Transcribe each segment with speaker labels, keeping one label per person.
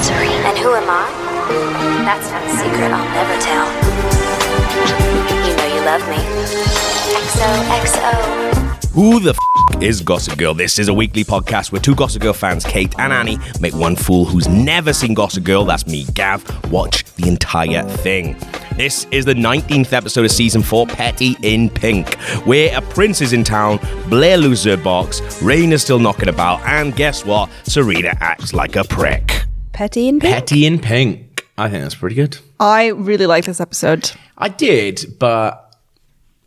Speaker 1: Who am I? That's not a secret I'll never tell. You know you love me. XOXO.
Speaker 2: Who the f- is Gossip Girl? This is a weekly podcast where two Gossip Girl fans, Kate and Annie, make one fool who's never seen Gossip Girl, that's me, Gav, watch the entire thing. This is the 19th episode of season 4, Petty in Pink, where a prince is in town, Blair loses her box, Raina's still knocking about, and guess what? Serena acts like a prick.
Speaker 3: Petty and Pink.
Speaker 4: Petty in pink. I think that's pretty good.
Speaker 3: I really like this episode.
Speaker 4: I did, but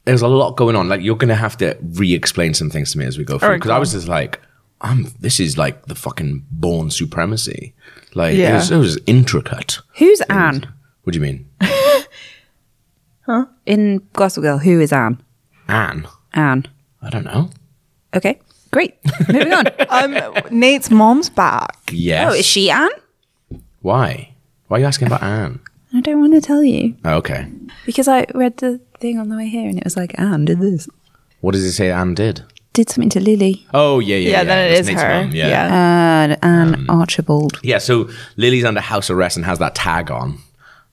Speaker 4: there's a lot going on. Like you're gonna have to re-explain some things to me as we go through.
Speaker 3: right,
Speaker 4: Because
Speaker 3: go
Speaker 4: I was just like, I'm this is like the fucking born supremacy. Like
Speaker 3: Yeah.
Speaker 4: it, was, it was intricate.
Speaker 3: Who's Anne
Speaker 4: What do you mean?
Speaker 3: in Gossip Girl? Who is Anne?
Speaker 4: Anne.
Speaker 3: Anne.
Speaker 4: I don't know.
Speaker 3: Oh, Okay, great. Moving on.
Speaker 5: Um, Nate's mom's back.
Speaker 4: Yes.
Speaker 3: oh, is she Anne?
Speaker 4: Why? Why are you asking about Anne?
Speaker 3: I don't want to tell you
Speaker 4: Oh, okay.
Speaker 3: because I read the thing on the way here and it was like Anne did this,
Speaker 4: What does it say Anne did?
Speaker 3: did something to Lily,
Speaker 4: Oh yeah, yeah.
Speaker 5: Yeah, then it
Speaker 4: That's
Speaker 5: is
Speaker 4: Nate's
Speaker 5: her.
Speaker 4: mum,
Speaker 5: Yeah.
Speaker 3: and Anne
Speaker 5: Um,
Speaker 3: Archibald.
Speaker 4: Yeah, so Lily's under house arrest and has that tag on.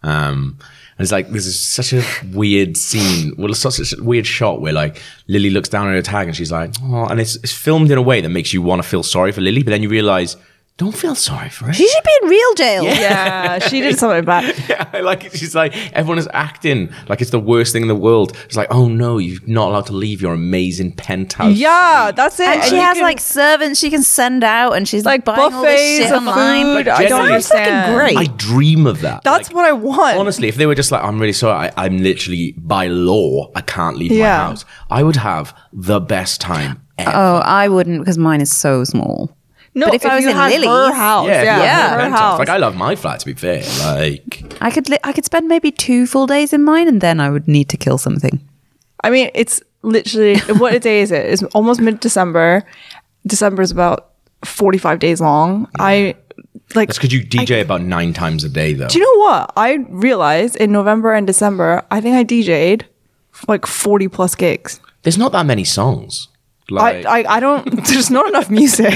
Speaker 4: Um, and it's like, this is such a weird scene. Well, it's such a weird shot where like Lily looks down at her tag and she's like, oh, and it's, it's filmed in a way that makes you want to feel sorry for Lily, but then you realize, don't feel sorry for her.
Speaker 3: She should be in real jail.
Speaker 5: Oh, Yeah, she did something back.
Speaker 4: Yeah, like she's like everyone is acting like it's the worst thing in the world. It's like, oh no, you're not allowed to leave your amazing penthouse.
Speaker 5: Yeah, that's it.
Speaker 3: And she
Speaker 5: you
Speaker 3: has
Speaker 5: can-
Speaker 3: like servants she can send out, and she's like,
Speaker 5: Like
Speaker 3: buying all this
Speaker 5: buffets
Speaker 3: shit
Speaker 5: of
Speaker 3: online.
Speaker 5: food. I
Speaker 4: Like,
Speaker 5: don't
Speaker 4: generally- Sounds
Speaker 5: understand.
Speaker 3: fucking great.
Speaker 4: I dream of that.
Speaker 5: That's
Speaker 4: Like,
Speaker 5: what I want.
Speaker 4: Honestly, if they were just like, I'm really sorry, I, I'm literally by law, I can't leave
Speaker 5: Yeah. Uh,
Speaker 4: my house. I would have the best time ever.
Speaker 3: Oh, I wouldn't because mine is so small.
Speaker 5: no,
Speaker 3: but if I was
Speaker 5: you
Speaker 3: in
Speaker 5: had
Speaker 3: Lily's-
Speaker 5: her house, Oh, yeah,
Speaker 4: if you
Speaker 3: yeah.
Speaker 4: have a
Speaker 5: her
Speaker 4: penthouse.
Speaker 5: house.
Speaker 4: Like I love my flat to be fair. Like
Speaker 3: I could li- I could spend maybe two full days in mine, and then I would need to kill something.
Speaker 5: I mean, it's literally what a day is it? It's almost mid December. December is about forty five days long. I like.
Speaker 4: that's because you DJ about nine times a day though.
Speaker 5: do you know what I realized in November and December? I think I DJ'd like forty plus gigs.
Speaker 4: There's not that many songs. Like
Speaker 5: I, I I don't. There's not enough music.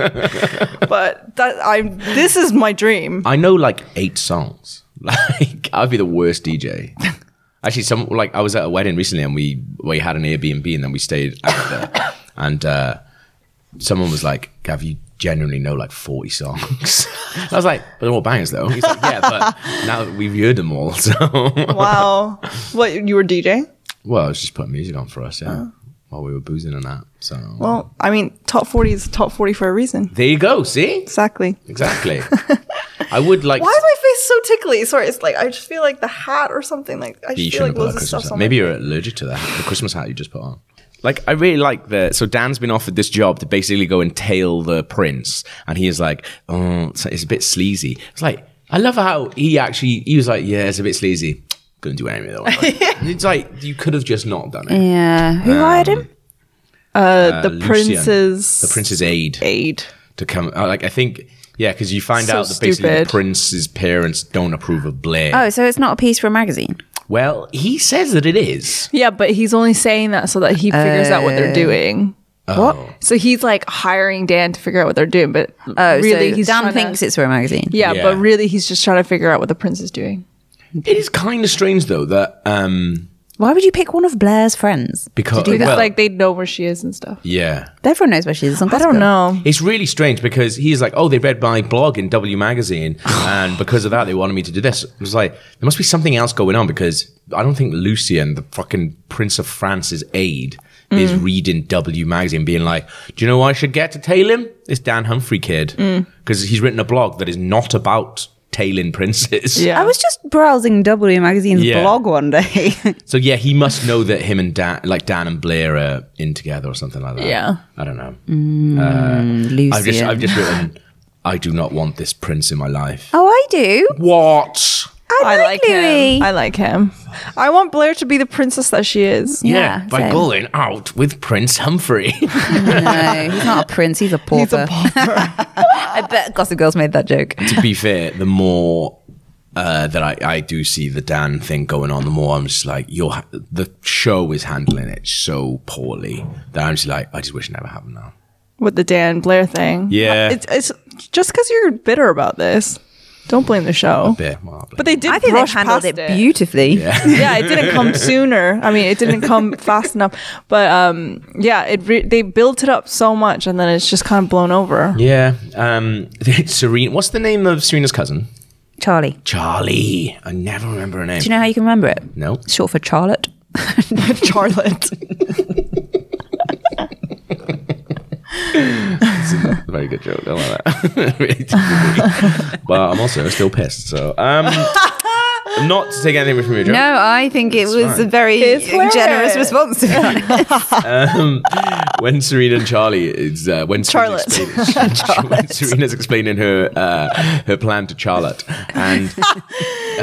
Speaker 5: but that I this is my dream.
Speaker 4: I know like eight songs. Like I'd be the worst DJ. Actually, some like I was at a wedding recently, and we we had an Airbnb, and then we stayed out there, and uh, someone was like, "Gav, you genuinely know like forty songs." I was like, "But they're all bangers, though." He's like, "Yeah, but now that we've heard them all, so
Speaker 5: Wow. What you were DJing?
Speaker 4: well, I was just putting music on for us, yeah, while we were boozing and that." So
Speaker 5: Oh. Well, I mean, top forty is top forty for a reason.
Speaker 4: there you go. See,
Speaker 5: Exactly.
Speaker 4: exactly. I would like.
Speaker 5: Why is my face so tickly? Sorry, it's like I just feel like the hat or something. Like I
Speaker 4: Yeah,
Speaker 5: just
Speaker 4: you
Speaker 5: feel like
Speaker 4: shouldn't
Speaker 5: loads
Speaker 4: put
Speaker 5: of
Speaker 4: that
Speaker 5: stuff.
Speaker 4: Christmas hat. Maybe you're allergic to that the Christmas hat you just put on. Like I really like the so Dan's been offered this job to basically go and tail the prince, and he is like, oh, it's, it's a bit sleazy. It's like I love how he actually he was like, yeah, it's a bit sleazy. Couldn't do anything. though. it's like you could have just not done it.
Speaker 3: Yeah,
Speaker 5: Um,
Speaker 3: who hired him?
Speaker 5: the
Speaker 4: uh, Lucian,
Speaker 5: prince's
Speaker 4: the prince's aid
Speaker 5: aid.
Speaker 4: to come. uh, Like I think, yeah, because you find
Speaker 5: So
Speaker 4: out that basically
Speaker 5: stupid.
Speaker 4: the prince's parents don't approve of Blair.
Speaker 3: Oh, so it's not a piece for a magazine.
Speaker 4: Well, he says that it is.
Speaker 5: Yeah, but he's only saying that so that he figures out what they're doing.
Speaker 3: What?
Speaker 4: Oh.
Speaker 5: So he's like hiring Dan to figure out what they're doing, but
Speaker 3: Oh,
Speaker 5: really
Speaker 3: so
Speaker 5: he's
Speaker 3: Dan
Speaker 5: trying
Speaker 3: thinks
Speaker 5: to,
Speaker 3: it's for a magazine.
Speaker 5: yeah,
Speaker 4: Yeah.
Speaker 5: but really he's just trying to figure out what the prince is doing.
Speaker 4: It is kind of strange though that um
Speaker 3: Why would you pick one of Blair's friends?
Speaker 4: because
Speaker 5: Because
Speaker 4: well,
Speaker 5: like they know where she is and stuff.
Speaker 4: yeah.
Speaker 3: Everyone knows where she is.
Speaker 5: I don't know.
Speaker 4: It's really strange because he's like, oh, they read my blog in W Magazine, and because of that, they wanted me to do this. It was like, there must be something else going on because I don't think Lucien, the fucking Prince of France's aide, is
Speaker 5: Mm.
Speaker 4: reading W Magazine, being like, do you know what I should get to tail him? This Dan Humphrey kid.
Speaker 5: Mm.
Speaker 4: Because he's written a blog that is not about tailing princes.
Speaker 5: Yeah.
Speaker 3: I was just browsing W Magazine's
Speaker 4: Yeah.
Speaker 3: blog one day.
Speaker 4: So yeah, he must know that him and Dan, like Dan and Blair, are in together or something like that.
Speaker 5: Yeah.
Speaker 4: I don't know.
Speaker 3: Lucy.
Speaker 4: I've just, I've just written, I do not want this prince in my life.
Speaker 3: oh, I do.
Speaker 4: What?
Speaker 3: I, like, Louis.
Speaker 5: him. I like him. I want Blair to be the princess that she is.
Speaker 4: Yeah,
Speaker 3: Yeah,
Speaker 4: by
Speaker 3: same.
Speaker 4: going out with Prince Humphrey.
Speaker 3: no, he's not a prince. He's a pauper.
Speaker 5: He's a
Speaker 3: I bet Gossip Girls made that joke.
Speaker 4: to be fair, the more uh, that I, I do see the Dan thing going on, the more I'm just like, you're ha- the show is handling it so poorly that I'm just like, I just wish it never happened now.
Speaker 5: with the Dan Blair thing. Uh,
Speaker 4: Yeah.
Speaker 5: It's, it's just because you're bitter about this. Don't blame the show.
Speaker 4: Yeah, well,
Speaker 5: But they did.
Speaker 3: I think they've
Speaker 5: brush
Speaker 3: handled
Speaker 5: past
Speaker 3: it, beautifully.
Speaker 5: yeah, it didn't come sooner. I mean, it didn't come fast enough. But um, yeah, it re- they built it up so much, and then it's just kind of blown over.
Speaker 4: yeah. Um, Serena. What's the name of Serena's cousin?
Speaker 3: Charlie.
Speaker 4: Charlie. I never remember her name.
Speaker 3: Do you know how you can remember it?
Speaker 4: no.
Speaker 3: It's short for Charlotte.
Speaker 5: Charlotte.
Speaker 4: Very good joke. I like that. Really did. but I'm also still pissed. So, um, not to take anything away from your joke.
Speaker 3: No, I think it was a very
Speaker 5: It's hilarious.
Speaker 3: generous response to it.
Speaker 4: When Serena and Charlie is uh, when Serena's
Speaker 5: Charlotte.
Speaker 4: explaining- when Serena's explaining her uh, her plan to Charlotte, and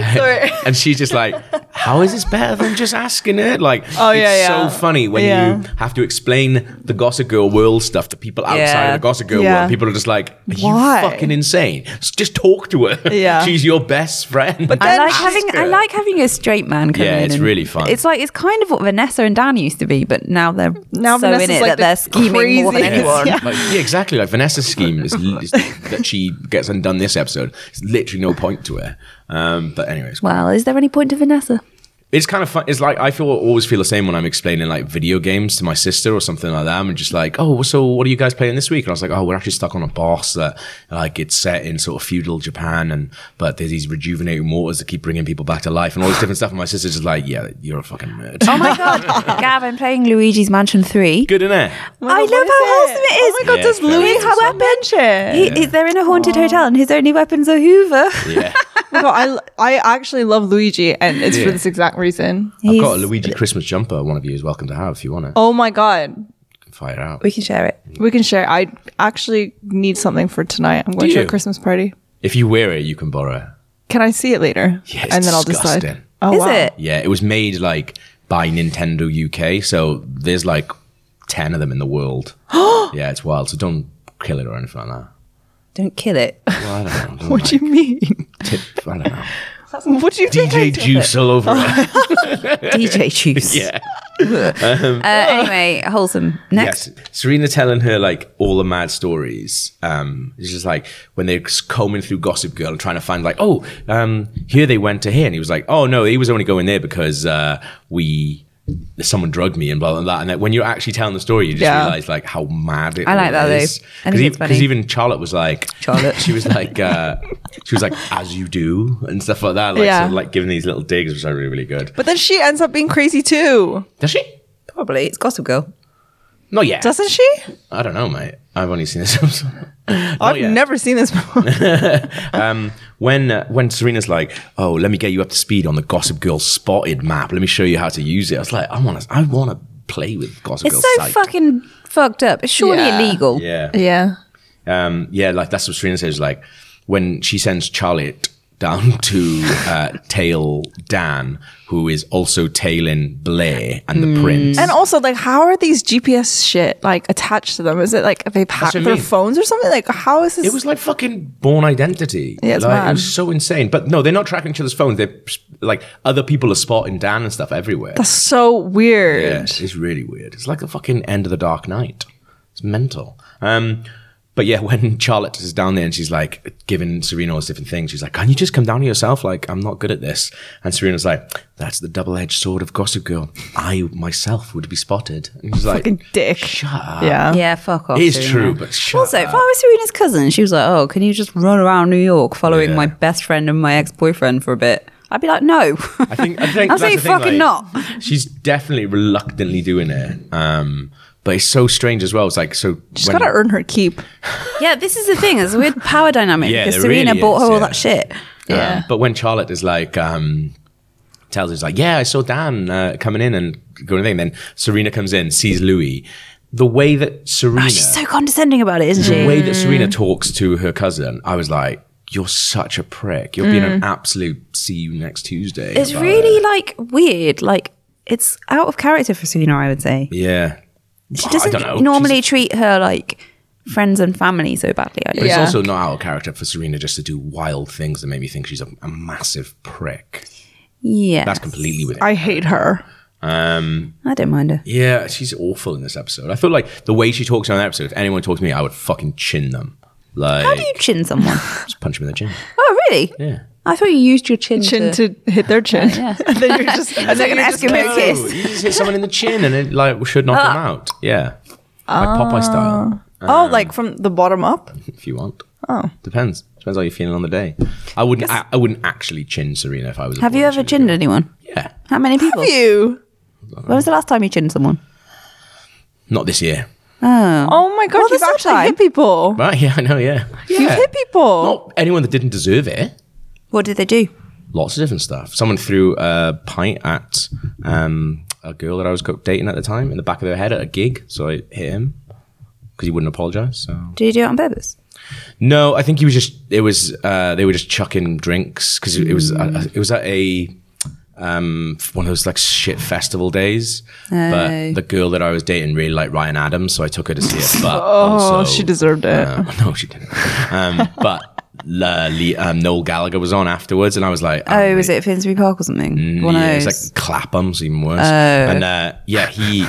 Speaker 5: Sorry.
Speaker 4: and she's just like, "How is this better than just asking it?" Like,
Speaker 5: Oh,
Speaker 4: it's
Speaker 5: yeah, yeah.
Speaker 4: so funny when
Speaker 5: Yeah.
Speaker 4: you have to explain the Gossip Girl world stuff to people outside
Speaker 3: Yeah.
Speaker 4: of the Gossip Girl
Speaker 5: Yeah.
Speaker 4: world. People are just like, "Are
Speaker 5: Why?
Speaker 4: you fucking insane? S- Just talk to her.
Speaker 5: Yeah.
Speaker 4: she's your best friend." But
Speaker 3: I
Speaker 5: then
Speaker 3: like
Speaker 5: she's
Speaker 3: having I
Speaker 4: good.
Speaker 3: like having a straight man come
Speaker 4: Yeah,
Speaker 3: in
Speaker 4: it's
Speaker 3: and-
Speaker 4: really fun.
Speaker 3: It's like it's kind of what Vanessa and Dan used to be, but now they're
Speaker 5: Now
Speaker 3: so
Speaker 5: Vanessa's
Speaker 3: in it
Speaker 5: like
Speaker 3: that
Speaker 5: the
Speaker 3: they're scheming more than
Speaker 5: craziest-
Speaker 3: anyone.
Speaker 5: Yeah.
Speaker 4: Like, yeah, exactly. Like Vanessa's scheme is, is that she gets undone this episode. It's literally no point to her. Um, but anyways,
Speaker 3: Well, is there any point to Vanessa?
Speaker 4: it's kind of fun. It's like I feel always feel the same when I'm explaining like video games to my sister or something like that. I'm just like, oh, so what are you guys playing this week? And I was like, oh, we're actually stuck on a boss that like it's set in sort of feudal Japan, and but there's these rejuvenating waters that keep bringing people back to life and all this different stuff. And my sister's just like, yeah, you're a fucking nerd.
Speaker 3: Oh my god, Gav, I'm playing Luigi's Mansion Three.
Speaker 4: Good in there.
Speaker 3: I love how wholesome it is.
Speaker 5: Oh my god,
Speaker 4: Yeah,
Speaker 5: does
Speaker 4: it's very
Speaker 5: Louis have
Speaker 4: wholesome.
Speaker 5: weapons?
Speaker 3: He, he- They're in a haunted hotel, and his only weapons are Hoover.
Speaker 4: Yeah.
Speaker 5: No, I I actually love Luigi, and it's for
Speaker 4: Yeah.
Speaker 5: this exact reason.
Speaker 4: I've got a
Speaker 3: He's-
Speaker 4: Luigi Christmas jumper. One of you is welcome to have if you want to
Speaker 5: Oh my god,
Speaker 4: fire out.
Speaker 3: We can share it.
Speaker 5: we can share. I actually need something for tonight. I'm going
Speaker 4: Do
Speaker 5: to a
Speaker 4: you?
Speaker 5: Christmas party.
Speaker 4: If you wear it, you can borrow it.
Speaker 5: Can I see it later?
Speaker 4: Yeah, it's
Speaker 5: and then I'll
Speaker 4: disgusting.
Speaker 5: decide. Oh,
Speaker 3: Is
Speaker 5: wow.
Speaker 3: it?
Speaker 4: Yeah, it was made like by Nintendo UK, so there's like ten of them in the world. yeah, it's wild. So don't kill it or anything like that.
Speaker 3: Don't kill it.
Speaker 4: Well, I don't know.
Speaker 5: What do you mean?
Speaker 4: Tip, I don't know.
Speaker 5: What do you think? I
Speaker 4: DJ
Speaker 5: did?
Speaker 4: juice all over it.
Speaker 3: DJ juice.
Speaker 4: Yeah.
Speaker 3: Uh, anyway, wholesome. Next.
Speaker 4: Yes. Serena telling her like all the mad stories. Um, it's just like when they're combing through Gossip Girl and trying to find like, oh, um, here they went to here, and he was like, oh no, he was only going there because uh, we someone drugged me and blah blah blah. And that when you're actually telling the story, you just
Speaker 5: Yeah.
Speaker 4: realize like how mad it
Speaker 3: I like that, though. I think it's funny.
Speaker 4: Because even Charlotte was like,
Speaker 3: Charlotte.
Speaker 4: she was like, uh, she was like, as you do and stuff like that. Like,
Speaker 5: Yeah.
Speaker 4: sort of, like giving these little digs, which are really really good.
Speaker 5: But then she ends up being crazy too,
Speaker 4: Does she?
Speaker 3: Probably it's Gossip Girl.
Speaker 4: Not yet.
Speaker 5: doesn't she?
Speaker 4: I don't know, mate. I've only seen this episode. Not
Speaker 5: I've
Speaker 4: yet.
Speaker 5: never seen this before.
Speaker 4: when uh, when Serena's like, "Oh, let me get you up to speed on the Gossip Girl spotted map. Let me show you how to use it." I was like, "I want to, I want to play with Gossip
Speaker 3: It's
Speaker 4: Girl."
Speaker 3: so
Speaker 4: psyched.
Speaker 3: fucking fucked up. It's surely
Speaker 5: Yeah.
Speaker 3: illegal.
Speaker 4: Yeah,
Speaker 5: yeah.
Speaker 4: um, yeah. Like that's what Serena says. Like when she sends Charlotte down to uh, tail Dan, who is also tailing Blair and the Prince.
Speaker 5: Mm. And also, like, how are these GPS shit like attached to them? Is it like they pack
Speaker 4: what I
Speaker 5: their
Speaker 4: mean.
Speaker 5: phones or something? Like, how is this?
Speaker 4: It was like fucking Born Identity.
Speaker 5: Yeah, it's
Speaker 4: like,
Speaker 5: mad.
Speaker 4: It was so insane. But no, they're not tracking each other's phones. They're like other people are spotting Dan and stuff everywhere.
Speaker 5: so
Speaker 4: Yeah,
Speaker 5: weird.
Speaker 4: it's really weird. It's like the fucking end of the Dark Knight. It's mental. Um, but yeah, when Charlotte is down there and she's like giving Serena all these different things, she's like, "Can you just come down to yourself? Like, I'm not good at this." And Serena's like, "That's the double-edged sword of Gossip Girl. I myself would be spotted." And she's like,
Speaker 5: Fucking dick.
Speaker 4: "Shut up."
Speaker 5: Yeah.
Speaker 3: Yeah, fuck off.
Speaker 4: It is
Speaker 3: Serena.
Speaker 4: true, but shut
Speaker 3: Also, if I
Speaker 4: up.
Speaker 3: was Serena's cousin, she was like, "Oh, can you just run around New York following
Speaker 4: Yeah.
Speaker 3: my best friend and my ex-boyfriend for a bit?" I'd be like, "No,
Speaker 4: I think I think that's the
Speaker 3: absolutely
Speaker 4: thing,
Speaker 3: fucking
Speaker 4: like,
Speaker 3: not."
Speaker 4: She's definitely reluctantly doing it. Um, but it's so strange as well. It's like so.
Speaker 5: She's got to earn her keep.
Speaker 3: Yeah, this is the thing. It's a weird power dynamic
Speaker 4: Yeah,
Speaker 3: because
Speaker 4: it
Speaker 3: Serena
Speaker 4: really
Speaker 3: bought her
Speaker 4: is,
Speaker 3: all
Speaker 4: yeah.
Speaker 3: that shit.
Speaker 5: Yeah.
Speaker 4: Um, but when Charlotte is like, um, tells us like, yeah, I saw Dan uh, coming in and going thing. Then Serena comes in, sees Louis. The way that Serena,
Speaker 3: Oh, She's so Mm. condescending about it, isn't she?
Speaker 4: the way that Serena talks to her cousin, I was like, you're such a prick. You're being an absolute. See you next Tuesday.
Speaker 3: Mm. It's
Speaker 4: about
Speaker 3: really
Speaker 4: it."
Speaker 3: like weird. Like it's out of character for Serena, I would say.
Speaker 4: yeah.
Speaker 3: She
Speaker 4: I
Speaker 3: doesn't
Speaker 4: don't know.
Speaker 3: normally
Speaker 4: She's-
Speaker 3: treat her like friends and family so badly. I guess.
Speaker 4: But
Speaker 5: Yeah.
Speaker 4: it's also not out of character for Serena just to do wild things that made me think she's a, a massive prick.
Speaker 3: Yeah,
Speaker 4: That's completely within
Speaker 5: I hate her.
Speaker 3: I don't mind her.
Speaker 4: Yeah, she's awful in this episode. I feel like the way she talks on that episode, if anyone talked to me, I would fucking chin them. Like,
Speaker 3: How do you chin someone?
Speaker 4: just punch him in the chin.
Speaker 3: oh, really?
Speaker 4: Yeah.
Speaker 3: I thought you used your chin,
Speaker 5: Chin to hit their chin. and then you're just, and
Speaker 3: like
Speaker 5: then you're
Speaker 3: an
Speaker 5: just
Speaker 3: Eskimo
Speaker 4: Oh,
Speaker 3: kiss. Uh.
Speaker 4: you just hit someone in the chin and it like should knock them out. Yeah. Like
Speaker 3: Ah.
Speaker 4: Popeye style,
Speaker 5: Oh, like from the bottom up?
Speaker 4: if you want. Oh. Depends. Depends how you're feeling on the day. I wouldn't I, I wouldn't actually chin Serena if I was a
Speaker 3: Have you
Speaker 4: boy,
Speaker 3: ever
Speaker 4: actually.
Speaker 3: chinned anyone?
Speaker 4: Yeah.
Speaker 3: How many people?
Speaker 5: You.
Speaker 3: When was the last time you chinned someone?
Speaker 4: Not this year.
Speaker 5: Oh my god,
Speaker 3: Well,
Speaker 5: you've
Speaker 3: there's
Speaker 5: actually
Speaker 3: time.
Speaker 5: hit people.
Speaker 4: Right, yeah, I know, yeah.
Speaker 5: You've
Speaker 4: Yeah.
Speaker 5: hit people.
Speaker 4: Not anyone that didn't deserve it.
Speaker 3: What did they do?
Speaker 4: lots of different stuff. Someone threw a pint at um, a girl that I was go- dating at the time in the back of their head at a gig, so I hit him because he wouldn't apologize. So
Speaker 3: Did you do it on purpose?
Speaker 4: no, I think he was just it was uh, they were just chucking drinks because it, it was uh, it was at a um, one of those like shit festival days.
Speaker 3: Oh.
Speaker 4: But the girl that I was dating really liked Ryan Adams, so I took her to see it. But
Speaker 5: Oh,
Speaker 4: also-
Speaker 5: she deserved it.
Speaker 4: uh, no, she didn't. Um, but. La, Lee, um, Noel Gallagher was on afterwards, and I was like,
Speaker 3: Oh, was
Speaker 4: mate,
Speaker 3: it Finsbury Park or something? One
Speaker 4: Mm, yeah,
Speaker 3: of
Speaker 4: it's
Speaker 3: those. Oh.
Speaker 4: like Clapham's even worse. And uh, yeah, he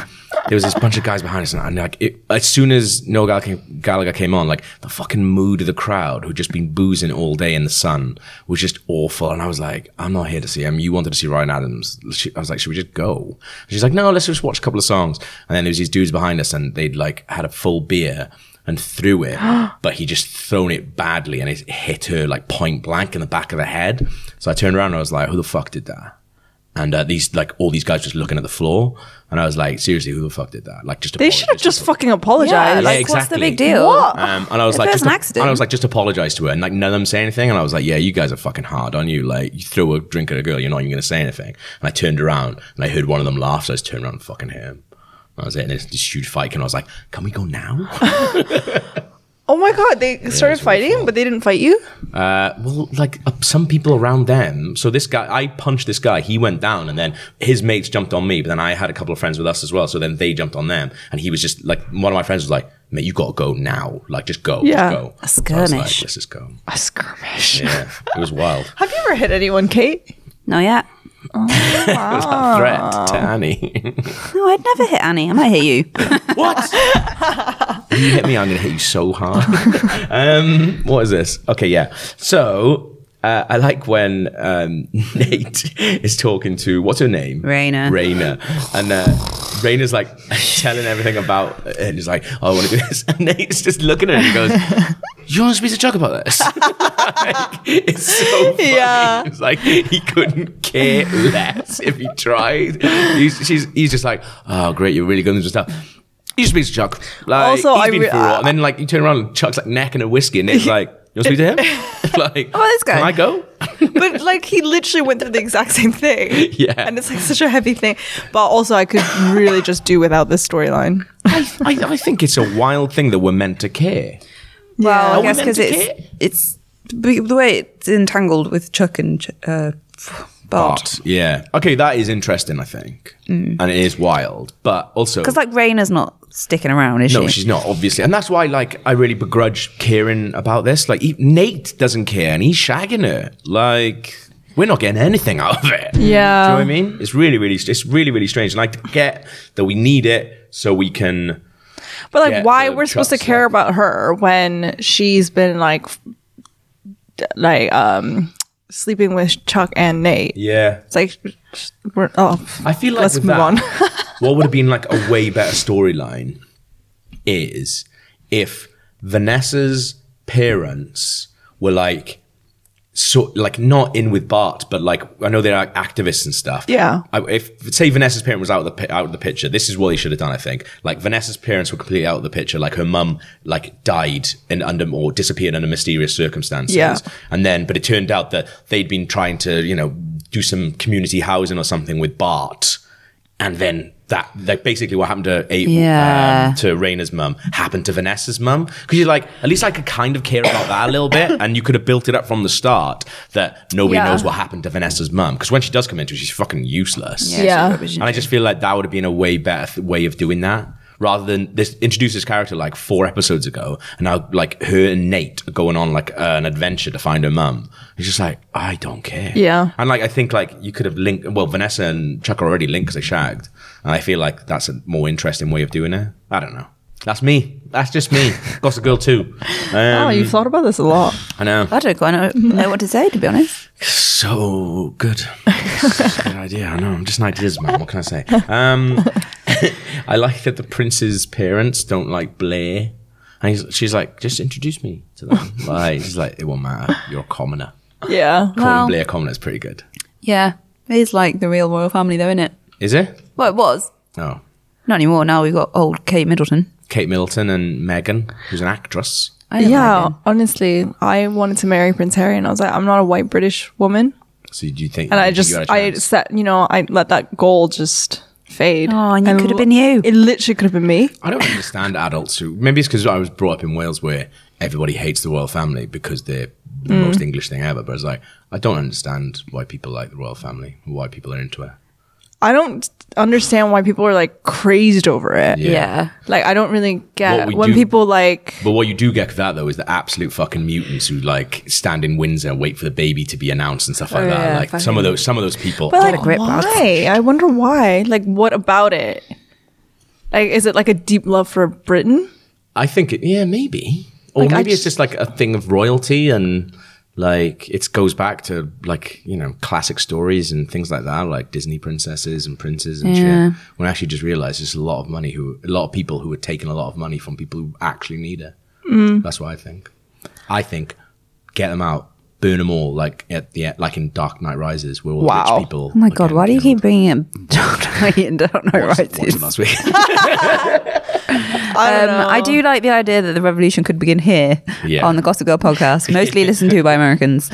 Speaker 4: there was this bunch of guys behind us, and, and like it, as soon as Noel Gall- came, Gallagher came on, like the fucking mood of the crowd who'd just been boozing all day in the sun was just awful. And I was like, I'm not here to see him. You wanted to see Ryan Adams. She, I was like, should we just go? And she's like, no, let's just watch a couple of songs. And then there was these dudes behind us, and they'd like had a full beer. And threw it, but he just thrown it badly, and it hit her like point blank in the back of the head. So I turned around and I was like, "Who the fuck did that?" and uh, these like all these guys just looking at the floor, and I was like, seriously, who the fuck did that? Like, Oh, just
Speaker 5: They should have
Speaker 4: apologize.
Speaker 5: just fucking apologized.
Speaker 3: like, what's the
Speaker 4: exactly.
Speaker 3: big deal?
Speaker 5: What?
Speaker 4: Um, and I was
Speaker 3: If it
Speaker 4: like,
Speaker 3: was
Speaker 4: just
Speaker 3: an
Speaker 4: ap-
Speaker 3: accident.
Speaker 4: and I was like, just apologize to her, and like none of them say anything. And I was like, yeah, you guys are fucking hard on you. Like, you throw a drink at a girl, you're not even gonna say anything. And I turned around and I heard one of them laugh, so I just turned around and fucking hit him. That was it. And it's this huge fight, and I was like, can we go now?
Speaker 5: oh my god, they started fighting, but they didn't fight you?
Speaker 4: Uh, well, like uh, some people around them. So this guy, I punched this guy. He went down, and then his mates jumped on me. But then I had a couple of friends with us as well. So then they jumped on them, and he was just like, one of my friends was like, "Mate, you gotta go now. Like, just go,
Speaker 5: Yeah.
Speaker 4: just go."
Speaker 3: A
Speaker 4: So I was like,
Speaker 3: skirmish.
Speaker 4: Let's just go.
Speaker 5: A skirmish.
Speaker 4: Yeah, it was wild.
Speaker 5: Have you ever hit anyone, Kate?
Speaker 3: Not yet.
Speaker 4: It was a threat to Annie.
Speaker 3: No, Oh, I'd never hit Annie. I might hit you.
Speaker 4: what? you hit me, I'm gonna hit you so hard. um, what is this? Okay, yeah. So. Uh, I like when um, Nate is talking to what's her name,
Speaker 3: Raina.
Speaker 4: Raina, and uh, Raina's like telling everything about, and he's like, "Oh, I want to do this," and Nate's just looking at her and he goes, "You want us to piece of joke about this?" Like, it's so funny.
Speaker 5: Yeah.
Speaker 4: It's like he couldn't care less if he tried. He's, she's, he's just like, "Oh, great, you're really good at this stuff." You should speak to Chuck. Like,
Speaker 5: Also,
Speaker 4: also, he's
Speaker 5: I
Speaker 4: been
Speaker 5: re-
Speaker 4: through it all. And then, like, you turn around and Chuck's like necking a whiskey, and it's like, you want to speak to him? like,
Speaker 3: Oh, let's go.
Speaker 4: Can I go?
Speaker 5: but like he literally went through the exact same thing.
Speaker 4: Yeah.
Speaker 5: And it's like such a heavy thing. But also I could really just do without this storyline.
Speaker 4: I, I, I think it's a wild thing that we're meant to care.
Speaker 3: Well,
Speaker 5: Are
Speaker 3: I
Speaker 5: we
Speaker 3: guess
Speaker 4: meant
Speaker 3: because
Speaker 4: to
Speaker 3: it's it's b- the way it's entangled with Chuck and Ch- uh, Bart.
Speaker 4: Art. Yeah. Okay, that is interesting, I think.
Speaker 5: Mm.
Speaker 4: And it is wild. But also.
Speaker 3: Because like Raina's not sticking around, is
Speaker 4: No,
Speaker 3: she?
Speaker 4: she's not, obviously. And that's why, like, I really begrudge caring about this. Like, he, Nate doesn't care, and he's shagging her. Like, we're not getting anything out of it.
Speaker 5: Yeah.
Speaker 4: Do you know what I mean? It's really, really, it's really, really strange. And I get that we need it so we can.
Speaker 5: But like
Speaker 4: get
Speaker 5: why
Speaker 4: the
Speaker 5: we're supposed to
Speaker 4: Chuck
Speaker 5: care
Speaker 4: stuff.
Speaker 5: about her when she's been like f- d- like um sleeping with Chuck and Nate.
Speaker 4: Yeah.
Speaker 5: It's like we're oh
Speaker 4: I feel like
Speaker 5: Let's
Speaker 4: with
Speaker 5: move
Speaker 4: that,
Speaker 5: on.
Speaker 4: what would have been like a way better storyline is if Vanessa's parents were like so like not in with Bart, but like I know they're like activists and stuff.
Speaker 5: Yeah.
Speaker 4: I, if say Vanessa's parent was out of the pi- out of the picture, this is what they should have done. I think like Vanessa's parents were completely out of the picture. Like her mum like died and under or disappeared under mysterious circumstances.
Speaker 5: Yeah.
Speaker 4: And then, but it turned out that they'd been trying to, you know, do some community housing or something with Bart. And then that, like, basically what happened to a,
Speaker 3: Yeah.
Speaker 4: um, to Raina's mum happened to Vanessa's mum. Because you're like, at least I could kind of care about that a little bit. And you could have built it up from the start that nobody
Speaker 5: Yeah.
Speaker 4: knows what happened to Vanessa's mum. Because when she does come into it, she's fucking useless.
Speaker 3: she's
Speaker 5: Yeah.
Speaker 3: rubbish, isn't
Speaker 4: And I
Speaker 3: she?
Speaker 4: just feel like that would have been a way better th- way of doing that rather than this introduce this character like four episodes ago and now like her and Nate are going on like uh, an adventure to find her mum. It's just like, I don't care.
Speaker 5: Yeah.
Speaker 4: And like, I think like you could have linked, well, Vanessa and Chuck are already linked because they shagged. And I feel like that's a more interesting way of doing it. I don't know. That's me. That's just me. Gossip Girl 2. Um,
Speaker 5: oh, you've thought about this a lot.
Speaker 4: I know.
Speaker 3: I don't quite know, know what to say, to be honest.
Speaker 4: So good. Such a good idea. I know. I'm just an ideas man. What can I say? Um, I like that the prince's parents don't like Blair. And he's, she's like, just introduce me to them. like, she's like, it won't matter. You're a commoner.
Speaker 5: Yeah.
Speaker 4: Calling
Speaker 3: Well-
Speaker 4: Blair a commoner is pretty good.
Speaker 3: Yeah. It is like the real royal family, though, isn't it?
Speaker 4: Is it?
Speaker 3: Well, it was.
Speaker 4: No.
Speaker 3: Not anymore. Now we've got old Kate Middleton.
Speaker 4: Kate Middleton and Megan, who's an actress.
Speaker 3: I don't
Speaker 5: Yeah.
Speaker 3: like him.
Speaker 5: honestly, I wanted to marry Prince Harry, and I was like, I'm not a white British woman,
Speaker 4: So do you think?
Speaker 5: and I
Speaker 4: you
Speaker 5: just,
Speaker 4: got a
Speaker 5: I
Speaker 4: chance?
Speaker 5: set, you know, I let that goal just fade.
Speaker 3: Oh, and you could've been you.
Speaker 5: It literally could have been me.
Speaker 4: I don't understand adults who maybe it's because I was brought up in Wales where everybody hates the royal family because they're the most English thing ever. But it's like I don't understand why people like the royal family, why people are into it.
Speaker 5: I don't understand why people are like crazed over it.
Speaker 4: Yeah.
Speaker 3: Yeah.
Speaker 5: Like, I don't really
Speaker 4: What
Speaker 5: get
Speaker 4: we
Speaker 5: when
Speaker 4: do-
Speaker 5: people like.
Speaker 4: But what you do get for that though is the absolute fucking mutants who like stand in Windsor and wait for the baby to be announced and stuff like that.
Speaker 3: yeah,
Speaker 4: like some of those, some of those people.
Speaker 5: But
Speaker 3: Get
Speaker 5: like,
Speaker 3: a grip, Ralph.
Speaker 5: why? I wonder why. Like, what about it? Like, is it like a deep love for Britain?
Speaker 4: I think it, yeah, maybe. Or
Speaker 5: Like, I
Speaker 4: maybe it's
Speaker 5: just-
Speaker 4: just like a thing of royalty and like it goes back to like, you know, classic stories and things like that, like Disney princesses and princes and
Speaker 3: Yeah.
Speaker 4: shit. When I actually just realized there's a lot of money who, a lot of people who are taking a lot of money from people who actually need it.
Speaker 3: Mm.
Speaker 4: That's what I think. I think get them out, burn them all, like at the, e, like in Dark Knight Rises, where all the
Speaker 5: Wow.
Speaker 4: rich people.
Speaker 3: Oh my god, why do you keep bringing up Dark Knight and Dark Knight Rises?
Speaker 4: Watching last week.
Speaker 5: I don't
Speaker 3: Um,
Speaker 5: know.
Speaker 3: I do like the idea that the revolution could begin here
Speaker 4: Yeah.
Speaker 3: on the Gossip Girl podcast, mostly listened to by Americans.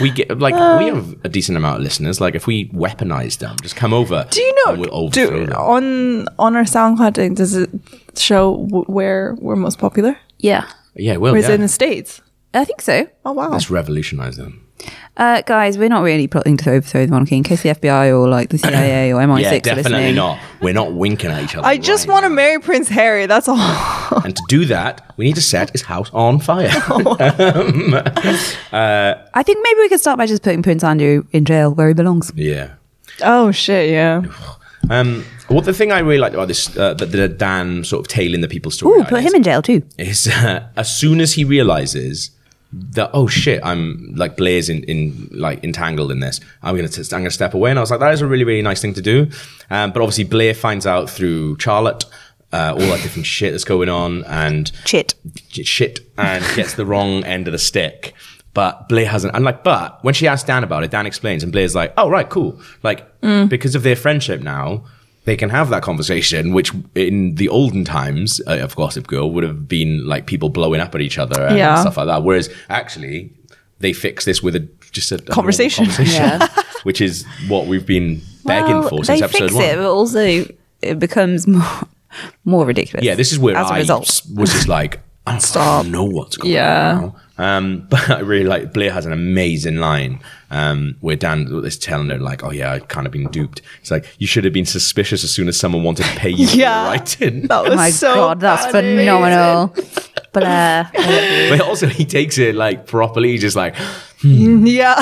Speaker 4: we get like we
Speaker 5: Um,
Speaker 4: have a decent amount of listeners. Like if we weaponize them, just come over.
Speaker 5: Do you know?
Speaker 4: and We'll overthrow
Speaker 5: do, oh,
Speaker 4: them.
Speaker 5: on on our SoundCloud thing, does it show w- where we're most popular?
Speaker 3: Yeah,
Speaker 4: yeah, we'll.
Speaker 5: Or is
Speaker 4: yeah.
Speaker 5: it in the states?
Speaker 3: I think so.
Speaker 5: Oh wow!
Speaker 4: Let's revolutionize them.
Speaker 3: Uh, guys, we're not really plotting to overthrow the monarchy in case the FBI or like the CIA or MI6
Speaker 4: Yeah,
Speaker 3: are
Speaker 4: definitely
Speaker 3: listening.
Speaker 4: not. We're not winking at each other.
Speaker 5: I just
Speaker 4: right
Speaker 5: want to
Speaker 4: now.
Speaker 5: marry Prince Harry. That's all. I
Speaker 4: And to do that, we need to set his house on fire.
Speaker 3: I think maybe we could start by just putting Prince Andrew in jail where he belongs.
Speaker 4: yeah.
Speaker 5: oh shit! Yeah.
Speaker 4: Um. Well, the thing I really liked about this, uh, the, the Dan sort of tailing the people story.
Speaker 3: Ooh, put him in jail too.
Speaker 4: is uh, as soon as he realizes that oh shit I'm like Blair's in, in like entangled in this I'm gonna t- I'm gonna step away and I was like that is a really really nice thing to do um, but obviously Blair finds out through Charlotte uh, all that different shit that's going on and
Speaker 3: Shit.
Speaker 4: j- shit and gets the wrong end of the stick but Blair hasn't and like but when she asks Dan about it Dan explains and Blair's like oh right cool like
Speaker 3: Mm.
Speaker 4: because of their friendship now they can have that conversation, which in the olden times uh, of Gossip Girl would have been like people blowing up at each other and
Speaker 5: Yeah.
Speaker 4: stuff like that. Whereas actually, they fix this with a just a a normal
Speaker 5: Conversation.
Speaker 3: Yeah.
Speaker 4: which is what we've been begging for since
Speaker 3: they
Speaker 4: episode
Speaker 3: fix
Speaker 4: one.
Speaker 3: it, but also it becomes more more ridiculous.
Speaker 4: Yeah, this is where
Speaker 3: as a
Speaker 4: I
Speaker 3: result.
Speaker 4: s- was just like, I don't
Speaker 3: Stop.
Speaker 4: know what's going
Speaker 5: Yeah.
Speaker 4: on. Now. Um, but I really like Blair has an amazing line um, where Dan is telling her like, "Oh yeah, I've kind of been duped." It's like you should have been suspicious as soon as someone wanted to pay you
Speaker 5: Yeah.
Speaker 4: for right in.
Speaker 5: That was
Speaker 3: Oh my
Speaker 5: so
Speaker 3: god, that's
Speaker 5: funny.
Speaker 3: phenomenal. uh, Blair.
Speaker 4: But also he takes it like properly, just like
Speaker 5: Yeah.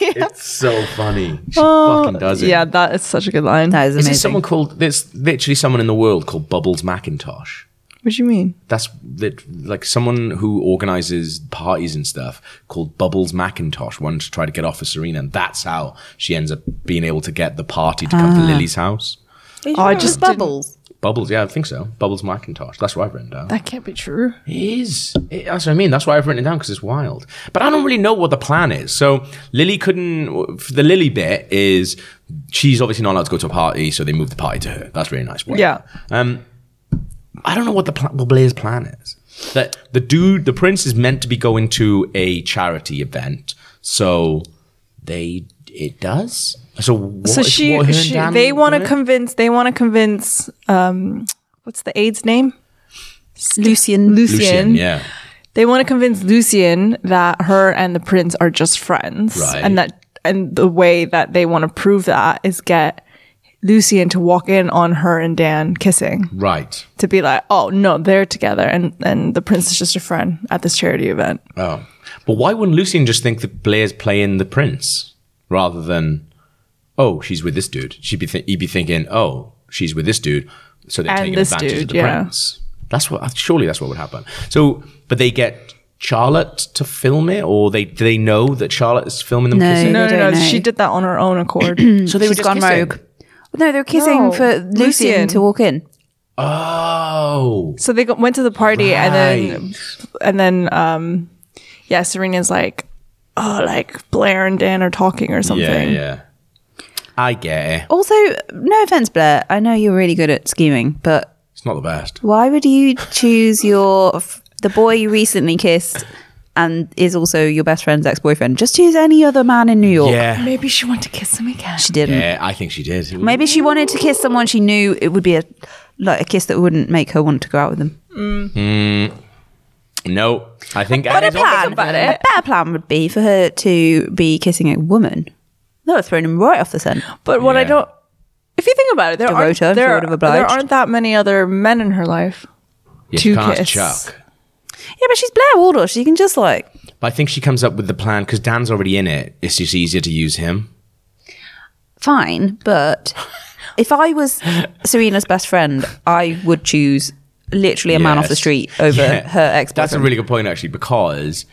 Speaker 5: yeah.
Speaker 4: it's so funny. She fucking does it.
Speaker 5: Yeah, that is such a good line.
Speaker 3: That is
Speaker 4: Is
Speaker 3: amazing.
Speaker 4: there someone called? There's literally someone in the world called Bubbles Macintosh.
Speaker 5: What do you mean?
Speaker 4: That's that like someone who organizes parties and stuff called Bubbles Macintosh wanted to try to get off of Serena, and that's how she ends up being able to get the party to come
Speaker 5: Ah.
Speaker 4: to Lily's house.
Speaker 5: Oh, I just didn't-
Speaker 3: bubbles.
Speaker 4: Bubbles, yeah, I think so. Bubbles Macintosh. That's what I've written down.
Speaker 5: That can't be true.
Speaker 4: It is. It- that's what I mean. That's why I've written it down because it's wild. But I don't really know what the plan is. So Lily couldn't. for The Lily bit is she's obviously not allowed to go to a party, so they move the party to her. That's really nice.
Speaker 5: Yeah.
Speaker 4: Um, I don't know what the plan, what Blair's plan is. That the dude, the prince, is meant to be going to a charity event, so they it does. So what
Speaker 5: so
Speaker 4: is-
Speaker 5: she,
Speaker 4: what her and
Speaker 5: she
Speaker 4: Dan
Speaker 5: they want to
Speaker 4: doing?
Speaker 5: convince they want to convince um what's the aide's name
Speaker 3: Lucian. Lucian.
Speaker 4: Lucien, yeah.
Speaker 5: they want to convince lucien that her and the prince are just friends
Speaker 4: Right.
Speaker 5: and that and the way that they want to prove that is get lucien to walk in on her and dan kissing
Speaker 4: Right.
Speaker 5: to be like oh no they're together and and the prince is just a friend at this charity event
Speaker 4: Oh. But why wouldn't Lucien just think that Blair's playing the prince rather than, oh, she's with this dude? She'd be th- he'd be thinking, oh, she's with this dude. so they're
Speaker 5: And
Speaker 4: taking
Speaker 5: this
Speaker 4: advantage of
Speaker 5: dude,
Speaker 4: the
Speaker 5: yeah.
Speaker 4: prince. That's what uh, surely that's what would happen. So, but they get Charlotte to film it, or they do they know that Charlotte is filming them?
Speaker 3: No.
Speaker 4: kissing?
Speaker 5: No,
Speaker 3: They
Speaker 5: no,
Speaker 3: don't
Speaker 5: no.
Speaker 3: know.
Speaker 5: She did that on her own accord.
Speaker 4: So they were
Speaker 3: She's
Speaker 4: just
Speaker 3: gone
Speaker 4: kissing.
Speaker 3: rogue. No, they're kissing
Speaker 5: No,
Speaker 3: for Lucian
Speaker 5: Lucien.
Speaker 3: to walk in.
Speaker 4: Oh,
Speaker 5: so they go, went to the party and then
Speaker 4: Right.
Speaker 5: and then um yeah serena's like oh like blair and dan are talking or
Speaker 4: yeah,
Speaker 5: something
Speaker 4: yeah. I get it.
Speaker 3: Also, no offense, Blair. I know you're really good at scheming, but
Speaker 4: It's not the best.
Speaker 3: why would you choose your f- the boy you recently kissed and is also your best friend's ex boyfriend? Just choose any other man in New York.
Speaker 4: Yeah,
Speaker 5: maybe she wanted to kiss him again
Speaker 3: She didn't.
Speaker 4: yeah. I think she did.
Speaker 3: Maybe she wanted to kiss someone she knew it would be a like a kiss that wouldn't make her want to go out with them.
Speaker 4: No, I think.
Speaker 3: But
Speaker 4: I
Speaker 3: a
Speaker 4: don't
Speaker 3: plan,
Speaker 4: think about
Speaker 3: a better plan would be for her to be kissing a woman. That would have thrown him right off the scent.
Speaker 5: but what i
Speaker 4: Yeah.
Speaker 5: don't if you think about it there, aren't,
Speaker 3: Dorota, if you
Speaker 5: there,
Speaker 3: would have
Speaker 5: there
Speaker 3: obliged.
Speaker 5: aren't that many other men in her life
Speaker 4: Yeah,
Speaker 5: Two
Speaker 4: she can't
Speaker 5: kiss.
Speaker 4: ask Chuck.
Speaker 3: Yeah, but she's Blair Waldorf. She can just like
Speaker 4: But I think she comes up with the plan because Dan's already in it. It's just easier to use him.
Speaker 3: fine, but if I was Serena's best friend, I would choose literally a man off the
Speaker 4: Yes.
Speaker 3: street over
Speaker 4: Yeah.
Speaker 3: her ex.
Speaker 4: That's a really good point, actually, because.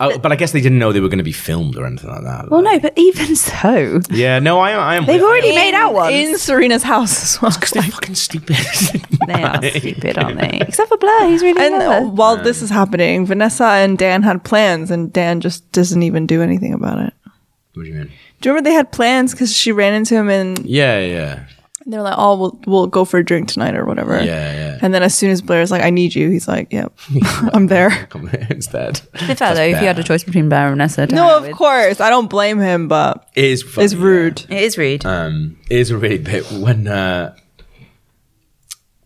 Speaker 4: Oh, but I guess they didn't know they were going to be filmed or anything like that.
Speaker 3: well, no, but even so,
Speaker 4: Yeah, no, I am. I am
Speaker 3: they've already made
Speaker 5: In-
Speaker 3: out once.
Speaker 5: in serena's house as well
Speaker 4: Because they're fucking stupid.
Speaker 3: they are stupid, aren't they? Except for Blair, he's really
Speaker 5: and
Speaker 3: clever.
Speaker 5: while this is happening vanessa and dan had plans and dan just doesn't even do anything about it
Speaker 4: what do you mean?
Speaker 5: do you remember they had plans because she ran into him and
Speaker 4: Yeah, yeah.
Speaker 5: they're like oh we'll, we'll go for a drink tonight or whatever
Speaker 4: Yeah, yeah.
Speaker 5: And then as soon as Blair's like, I need you, he's like, Yep, I'm there.
Speaker 4: Come here, it's dead.
Speaker 3: If that, though, if you had a choice between Blair and Vanessa, to hang
Speaker 5: No,
Speaker 3: out
Speaker 5: of
Speaker 3: with-
Speaker 5: course. I don't blame him, but
Speaker 4: It is funny,
Speaker 5: it's rude.
Speaker 3: it is rude.
Speaker 4: yeah. Um, it is a really bit when uh,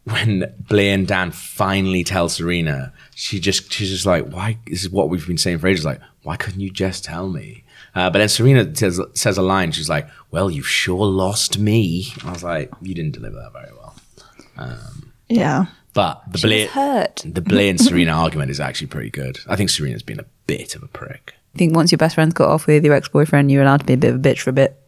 Speaker 4: when Blair and Dan finally tell Serena, she just she's just like, why? This is what we've been saying for ages. Like, why couldn't you just tell me? Uh, but then Serena says, says a line. She's like, "Well, you sure lost me." I was like, "You didn't deliver that very well."
Speaker 5: Yeah.
Speaker 4: But the
Speaker 3: She
Speaker 4: Blair,
Speaker 3: was hurt.
Speaker 4: the Blair and Serena argument is actually pretty good. I think Serena's been a bit of a prick.
Speaker 3: I think once your best friend's got off with your ex boyfriend, you're allowed to be a bit of a bitch for a bit.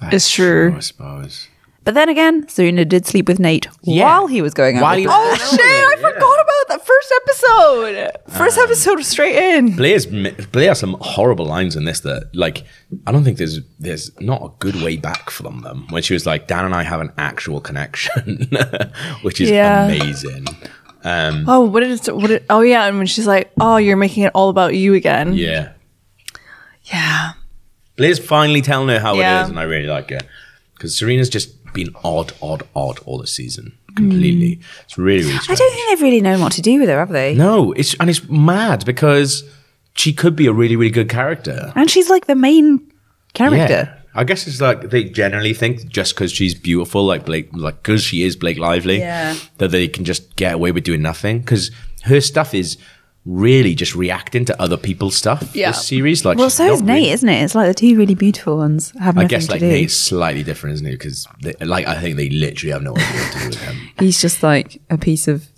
Speaker 4: That's
Speaker 5: It's true.
Speaker 4: I suppose.
Speaker 3: But then again, Serena did sleep with Nate
Speaker 4: Yeah.
Speaker 3: while he was going out.
Speaker 4: While
Speaker 3: with
Speaker 4: he-
Speaker 3: Blair.
Speaker 5: Oh shit, I forgot about that first episode. First
Speaker 4: Um,
Speaker 5: episode was straight in.
Speaker 4: Blair's Blair has some horrible lines in this that like I don't think there's there's not a good way back from them. When she was like, Dan and I have an actual connection, which is
Speaker 5: Yeah.
Speaker 4: amazing.
Speaker 5: Oh, what did it what did, oh yeah, and when she's like, Oh, you're making it all about you again.
Speaker 4: Yeah,
Speaker 5: Yeah.
Speaker 4: Blair's finally telling her how
Speaker 5: Yeah.
Speaker 4: it is, and I really like it because Serena's just been odd, odd, odd all this season. Completely, it's really, really.
Speaker 3: I
Speaker 4: Strange.
Speaker 3: don't think they've really known what to do with her, have they?
Speaker 4: No, it's and it's mad because she could be a really, really good character.
Speaker 3: And she's like the main character.
Speaker 4: I guess it's like they generally think just because she's beautiful, like Blake, like because she is Blake Lively,
Speaker 3: Yeah.
Speaker 4: that they can just get away with doing nothing because her stuff is really just reacting to other people's stuff.
Speaker 5: Yeah.
Speaker 4: this series, like,
Speaker 3: Well,
Speaker 4: she's
Speaker 3: so
Speaker 4: not
Speaker 3: is Nate,
Speaker 4: really-
Speaker 3: isn't it? It's like the two really beautiful ones have nothing
Speaker 4: I guess
Speaker 3: to
Speaker 4: like
Speaker 3: do.
Speaker 4: Nate's slightly different, isn't he? Because like I think they literally have no idea what to do with him.
Speaker 3: He's just like a piece of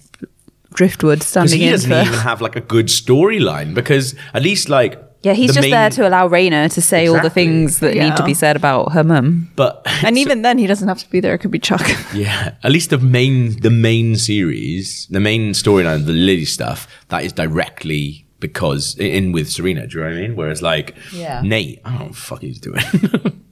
Speaker 3: driftwood
Speaker 4: Because
Speaker 3: standing
Speaker 4: he
Speaker 3: in
Speaker 4: doesn't
Speaker 3: for.
Speaker 4: even have like a good storyline. Because at least like
Speaker 3: yeah, he's
Speaker 4: the
Speaker 3: just
Speaker 4: main-
Speaker 3: there to allow Raina to say all the
Speaker 4: Exactly.
Speaker 3: things that need to
Speaker 5: Yeah.
Speaker 3: be said about her mum.
Speaker 4: But
Speaker 5: And even then he doesn't have to be there, it could be Chuck.
Speaker 4: Yeah, at least the main the main series, the main storyline, the Lily stuff, that is directly because in with Serena. Do you know what I mean? Whereas like
Speaker 3: Yeah.
Speaker 4: Nate, I don't know what the fuck he's doing.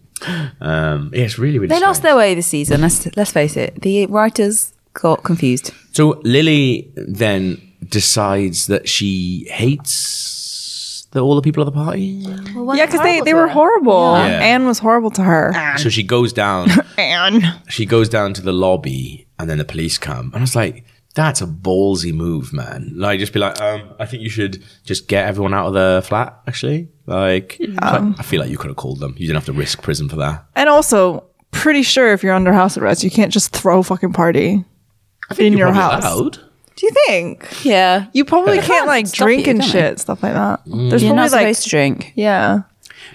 Speaker 4: um, yeah, it's really really.
Speaker 3: They lost
Speaker 4: strange.
Speaker 3: their way this season. Let's let's face it. The writers got confused.
Speaker 4: So Lily then decides that she hates the, all the people at the party.
Speaker 5: yeah, because they, they were horrible.
Speaker 4: Yeah.
Speaker 5: Anne was horrible to
Speaker 3: Ah,
Speaker 5: her.
Speaker 4: So she goes down.
Speaker 5: Anne.
Speaker 4: she goes down to the lobby, and then the police come. And I was like. That's a ballsy move, man. Like, just be like, um, I think you should just get everyone out of the flat. Actually, like,
Speaker 5: Um,
Speaker 4: I feel like you could have called them. You didn't have to risk prison for that.
Speaker 5: And also, pretty sure if you're under house arrest, you can't just throw a fucking party in your house. Do you think?
Speaker 3: Yeah,
Speaker 5: You probably can't like
Speaker 3: stop
Speaker 5: drink
Speaker 3: you,
Speaker 5: and
Speaker 3: can they?
Speaker 5: shit, stuff like that.
Speaker 4: Mm.
Speaker 5: There's
Speaker 3: you're
Speaker 5: probably
Speaker 3: not
Speaker 5: like
Speaker 3: supposed to drink.
Speaker 5: yeah,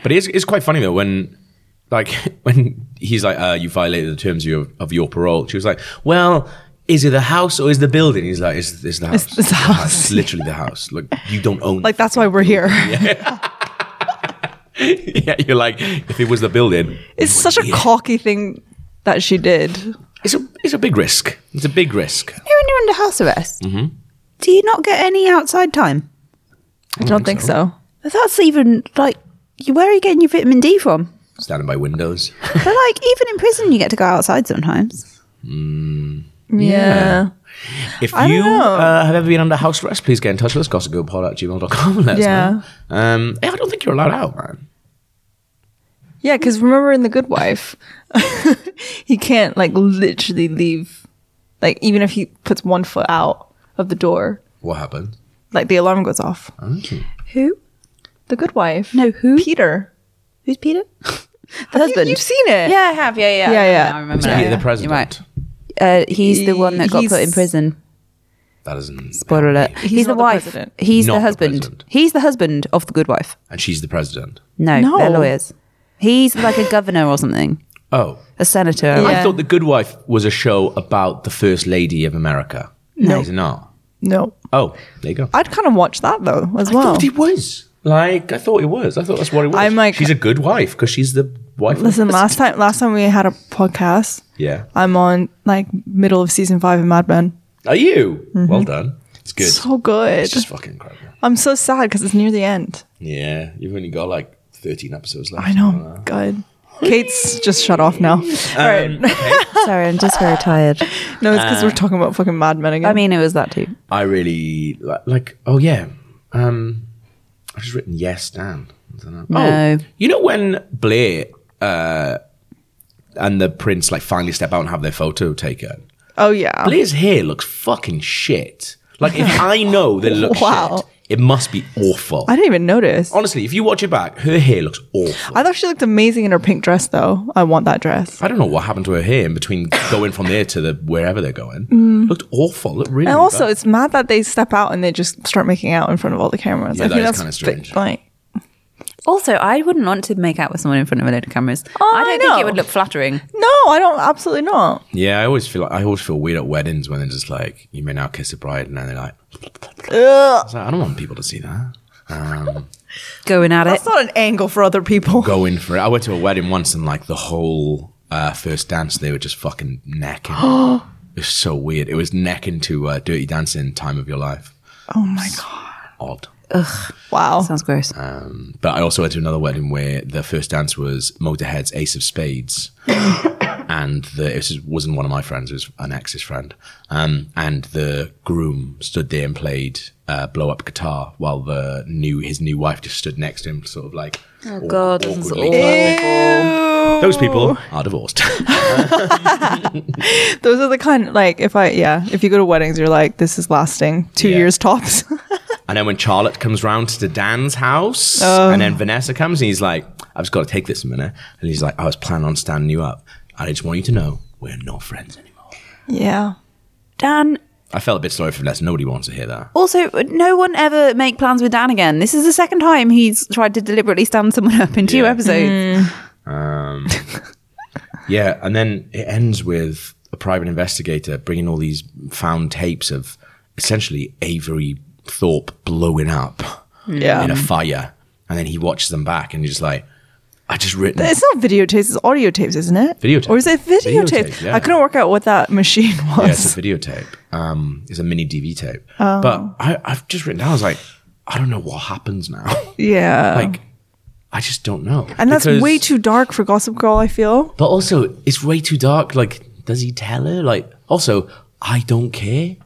Speaker 4: But it's it's quite funny though when, like, when he's like, uh, you violated the terms of your, of your parole. She was like, well. Is it the house or is the building? He's like, it's, it's the house.
Speaker 5: It's- it's the house.
Speaker 4: It's literally the house. Like you don't own.
Speaker 5: like that's why we're here.
Speaker 4: yeah, you're like, if it was the building,
Speaker 5: It's such a cocky thing that she did.
Speaker 4: It's a it's a big risk. It's a big risk.
Speaker 3: You know, when you're under house arrest,
Speaker 4: Mm-hmm.
Speaker 3: do you not get any outside time?
Speaker 5: I don't think so.
Speaker 3: That's even like, you- where are you getting your vitamin D from?
Speaker 4: Standing by windows.
Speaker 3: but like, even in prison, you get to go outside sometimes.
Speaker 5: Yeah.
Speaker 4: If
Speaker 5: don't
Speaker 4: you
Speaker 5: know.
Speaker 4: uh, have ever been under house arrest, please get in touch with us, gossipgirlpod at gmail.com. Let
Speaker 5: Yeah.
Speaker 4: us know. Um, yeah, I don't think you're allowed out, man.
Speaker 5: Yeah, because remember in The Good Wife, he can't like literally leave. Like even if he puts one foot out of the door,
Speaker 4: What happened?
Speaker 5: like the alarm goes off.
Speaker 3: Who?
Speaker 5: The Good Wife.
Speaker 3: No, who?
Speaker 5: Peter.
Speaker 3: Who's Peter? the
Speaker 5: You, have seen it.
Speaker 3: Yeah, I have. Yeah, yeah, I
Speaker 5: Yeah,
Speaker 3: know
Speaker 5: yeah.
Speaker 3: now, I remember.
Speaker 4: It's
Speaker 3: now.
Speaker 4: Peter the president.
Speaker 3: right. Uh, he's the one that got put in
Speaker 5: He's-
Speaker 3: prison.
Speaker 4: That isn't.
Speaker 3: Spoiler alert. He's, the
Speaker 5: not the
Speaker 3: wife.
Speaker 5: president.
Speaker 3: he's
Speaker 4: Not
Speaker 3: the
Speaker 4: the
Speaker 3: husband.
Speaker 4: president.
Speaker 3: he's the husband of the good wife.
Speaker 4: And she's the president.
Speaker 3: No,
Speaker 5: No.
Speaker 3: they're lawyers. He's like a governor or something,
Speaker 4: Oh.
Speaker 3: a senator.
Speaker 4: I
Speaker 5: Yeah.
Speaker 4: thought The Good Wife was a show about the First Lady of America. No. Is it not?
Speaker 5: No.
Speaker 4: Oh, there you go.
Speaker 5: I'd kind of watch that though as
Speaker 4: I
Speaker 5: well.
Speaker 4: thought it was. Like, I thought it was. I thought that's what it was.
Speaker 5: I'm like-
Speaker 4: she's a good wife because she's the wife. of-
Speaker 5: Listen, last time last time we had a podcast,
Speaker 4: Yeah.
Speaker 5: I'm on like middle of season five of Mad Men.
Speaker 4: Are you?
Speaker 5: Mm-hmm.
Speaker 4: Well done. It's good.
Speaker 5: So good.
Speaker 4: it's just fucking incredible.
Speaker 5: I'm so sad because it's near the end.
Speaker 4: Yeah. You've only got like 13 episodes left.
Speaker 5: I know. Good. Kate's just shut off now. All right.
Speaker 3: Sorry, I'm just very tired.
Speaker 5: No, it's because we're
Speaker 4: Uh.
Speaker 5: talking about fucking Mad Men again.
Speaker 3: I mean, it was that too.
Speaker 4: I really like, like oh yeah. Um I've just written yes, Dan. I don't know.
Speaker 3: No.
Speaker 4: Oh, you know when Blair uh and the prince like finally step out and have their photo taken.
Speaker 5: oh yeah.
Speaker 4: Blair's hair looks fucking shit. Like if I know that it looks
Speaker 5: Wow.
Speaker 4: shit, it must be awful.
Speaker 5: I didn't even notice.
Speaker 4: Honestly, if you watch it back, her hair looks awful.
Speaker 5: I thought she looked amazing in her pink dress though. I want that dress.
Speaker 4: I don't know what happened to her hair in between going from there to the wherever they're going. Looked awful. Looked really
Speaker 5: Mm. And also,
Speaker 4: bad.
Speaker 5: it's mad that they step out and they just start making out in front of all the cameras.
Speaker 4: Yeah,
Speaker 5: I
Speaker 4: that
Speaker 5: think
Speaker 4: is
Speaker 5: that's
Speaker 4: kinda
Speaker 5: a bit,
Speaker 4: strange.
Speaker 5: Like,
Speaker 3: Also, I wouldn't want to make out with someone in front of a load of cameras.
Speaker 5: Oh,
Speaker 3: I
Speaker 5: I
Speaker 3: don't think
Speaker 5: know.
Speaker 3: it would look flattering.
Speaker 5: no, I don't. Absolutely not.
Speaker 4: Yeah, I always feel like I always feel weird at weddings when they're just like, "You may now kiss the bride," and then they're like,
Speaker 5: Ugh.
Speaker 4: I, was like, I don't want people to see that." Um,
Speaker 3: Going at it.
Speaker 5: That's not an angle for other people.
Speaker 4: going for it. I went to a wedding once, and like the whole uh, first dance, they were just fucking necking. it was so weird. It was necking to uh, "Dirty Dancing," "Time of Your Life."
Speaker 5: Oh my god!
Speaker 4: Odd.
Speaker 5: Wow.
Speaker 3: Sounds gross.
Speaker 4: Uh, But I also went to another wedding where the first dance was Motorhead's Ace of Spades. and the, it was- wasn't one of my friends, it was an ex's friend. Um, and the groom stood there and played uh, blow up guitar while the new his new wife just stood next to him, sort of like. Oh,
Speaker 3: God, this is
Speaker 4: Those people are divorced.
Speaker 5: Those are the kind like if I yeah if you go to weddings you're like this is lasting two
Speaker 4: Yeah.
Speaker 5: years tops.
Speaker 4: and then when Charlotte comes round to Dan's house,
Speaker 3: Oh.
Speaker 4: and then Vanessa comes and he's like, I've just got to take this a minute. And he's like, I was planning on standing you up. I just want you to know we're not friends anymore.
Speaker 5: yeah.
Speaker 3: Dan.
Speaker 4: I felt a bit sorry for Vanessa. Nobody wants to hear that.
Speaker 3: Also, no one ever make plans with Dan again. This is the second time he's tried to deliberately stand someone up in two
Speaker 4: Yeah.
Speaker 3: episodes.
Speaker 4: Yeah, and then it ends with a private investigator bringing all these found tapes of essentially Avery Thorpe blowing up
Speaker 5: Yeah.
Speaker 4: in a fire, and then he watches them back and he's just like, "I just written."
Speaker 5: It's not videotapes, it's audio tapes, isn't it?
Speaker 4: Videotapes.
Speaker 5: Or is it videotapes?
Speaker 4: Videotapes, yeah.
Speaker 5: I couldn't work out what that machine
Speaker 4: yeah,
Speaker 5: was.
Speaker 4: it's a videotape. Um, it's a mini DV tape.
Speaker 5: Oh.
Speaker 4: But I, I've just written down. I was like, I don't know what happens now.
Speaker 5: Yeah.
Speaker 4: like, I just don't know.
Speaker 5: and that's
Speaker 4: Because-
Speaker 5: way too dark for Gossip Girl, I feel.
Speaker 4: But also, it's way too dark. Like, does he tell her? Like, also, I don't care.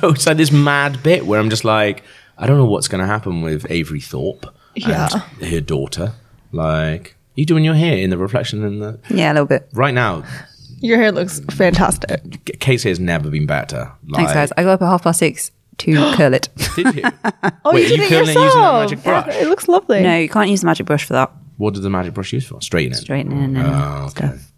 Speaker 4: So it's like this mad bit where I'm just like, I don't know what's going to happen with Avery Thorpe
Speaker 5: Yeah.
Speaker 4: and her daughter. Like, you doing your hair in the reflection in the
Speaker 3: Yeah, a little bit.
Speaker 4: right now.
Speaker 5: Your hair looks fantastic.
Speaker 4: Case has never been better. Like,
Speaker 3: Thanks, guys. I got up at half past six to curl it.
Speaker 4: Did you?
Speaker 5: Oh,
Speaker 4: Wait,
Speaker 5: you
Speaker 4: are
Speaker 5: did
Speaker 4: you
Speaker 5: it
Speaker 4: curling it
Speaker 5: yourself.
Speaker 4: using that magic
Speaker 5: Yeah,
Speaker 4: brush?
Speaker 5: it looks lovely.
Speaker 3: No, you can't use the magic brush for that.
Speaker 4: What did the magic brush use for? Straightening.
Speaker 3: Straightening and
Speaker 4: Oh, okay.
Speaker 3: stuff.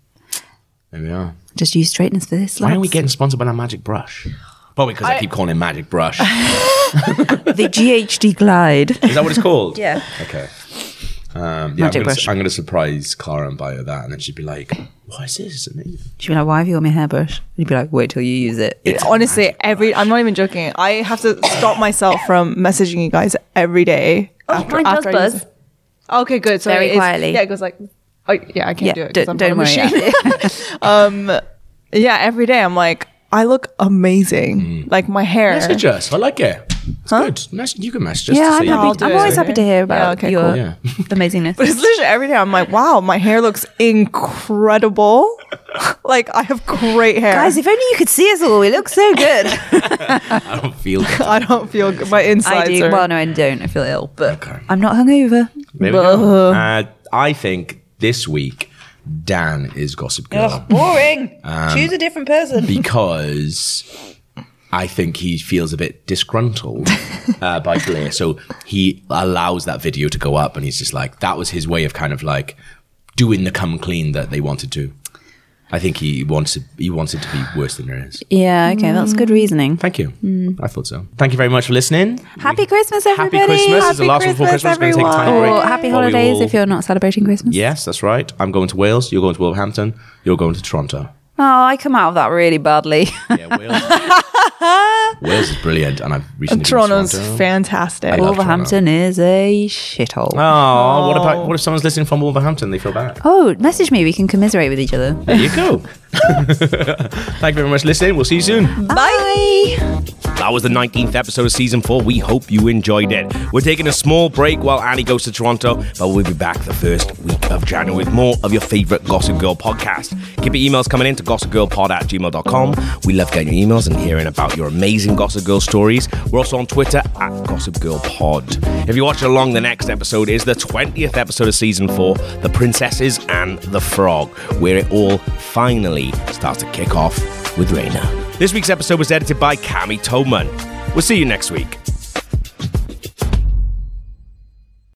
Speaker 4: There we are.
Speaker 3: Just use straighteners for this.
Speaker 4: Why aren't we
Speaker 3: lads.
Speaker 4: getting sponsored by that magic brush? Probably because I, keep calling it magic brush. Is
Speaker 3: the GHD glide?
Speaker 4: that what it's called?
Speaker 3: Yeah.
Speaker 4: Okay. Um, yeah, I'm
Speaker 3: Magic
Speaker 4: gonna,
Speaker 3: brush.
Speaker 4: I'm gonna surprise Clara and buy her that, and then she'd be like, "What is this? It's amazing."
Speaker 3: She'd be like, "Why have you got me a hairbrush?" You'd be like, "Wait till you use it."
Speaker 5: It's honestly every I'm not even joking. I have to stop myself from messaging you guys every day.
Speaker 3: Oh, mine does
Speaker 5: I
Speaker 3: buzz.
Speaker 5: use- Okay, good. So
Speaker 3: Very
Speaker 5: it is-
Speaker 3: quietly.
Speaker 5: Yeah, it goes like Oh yeah, I can't
Speaker 3: yeah,
Speaker 5: do it. 'cause
Speaker 3: don't,
Speaker 5: I'm on
Speaker 3: don't
Speaker 5: a
Speaker 3: worry.
Speaker 5: machine.
Speaker 3: about it.
Speaker 5: Yeah, every day I'm like, I look amazing.
Speaker 4: Mm.
Speaker 5: Like my hair.
Speaker 4: Message us. I like it. It's good. Mess- you can message us. to
Speaker 3: yeah,
Speaker 4: say
Speaker 3: I'm,
Speaker 4: you
Speaker 5: I'll
Speaker 3: happy
Speaker 5: do
Speaker 3: I'm
Speaker 5: it.
Speaker 3: always happy to hear about
Speaker 5: Yeah, okay,
Speaker 3: your
Speaker 5: cool.
Speaker 4: Yeah.
Speaker 3: amazingness.
Speaker 5: But it's literally every day I'm like, wow, my hair looks incredible. like I have great hair.
Speaker 3: Guys, if only you could see us all, we look so good.
Speaker 4: I don't feel good.
Speaker 5: I don't feel good. My
Speaker 3: I
Speaker 5: insides
Speaker 3: do.
Speaker 5: are.
Speaker 3: Well, no, I don't. I feel ill, but
Speaker 4: Okay.
Speaker 3: I'm not hungover.
Speaker 4: There we go. Uh, I think this week Dan is Gossip Girl.
Speaker 3: boring.
Speaker 4: Um,
Speaker 3: Choose a different person.
Speaker 4: because I think he feels a bit disgruntled uh, by Blair. So he allows that video to go up, and he's just like, that was his way of kind of like doing the come clean that they wanted to. I think he wants it, he wants it to be worse than it is.
Speaker 3: Yeah, okay, that's
Speaker 4: Mm.
Speaker 3: good reasoning.
Speaker 4: Thank you. I thought so. Thank you very much for listening.
Speaker 3: Happy Christmas, everybody.
Speaker 4: Happy Christmas. This is the last one before Christmas.
Speaker 5: Christmas,
Speaker 4: We're going to take a tiny
Speaker 5: everyone.
Speaker 3: Or
Speaker 4: break.
Speaker 3: happy
Speaker 4: While we
Speaker 3: holidays
Speaker 4: all-
Speaker 3: if you're not celebrating Christmas.
Speaker 4: Yes, that's right. I'm going to Wales. You're going to Wolverhampton. You're going to Toronto.
Speaker 3: Oh, I come out of that really badly.
Speaker 4: Yeah, Wales. Wales is brilliant, and I've recently
Speaker 5: Toronto's
Speaker 4: been to Toronto.
Speaker 5: fantastic.
Speaker 4: love
Speaker 3: Wolverhampton is a shithole.
Speaker 4: Oh, what about what if someone's listening from Wolverhampton? They feel bad.
Speaker 3: oh, message me. We can commiserate with each other.
Speaker 4: There you go. Thank you very much, for listening. We'll see you soon.
Speaker 3: Bye.
Speaker 2: That was the 19th episode of season four. We hope you enjoyed it. We're taking a small break while Annie goes to Toronto, but we'll be back the first week of January with more of your favorite Gossip Girl podcast. Keep your emails coming in to gossipgirlpod at gmail.com. We love getting your emails and hearing about your amazing Gossip Girl stories. We're also on Twitter at Gossip Girl Pod. If you're watching along, the next episode is the 20th episode of season four The Princesses and the Frog, where it all finally starts to kick off with Raina. This week's episode was edited by Cami Toman. We'll see you next week.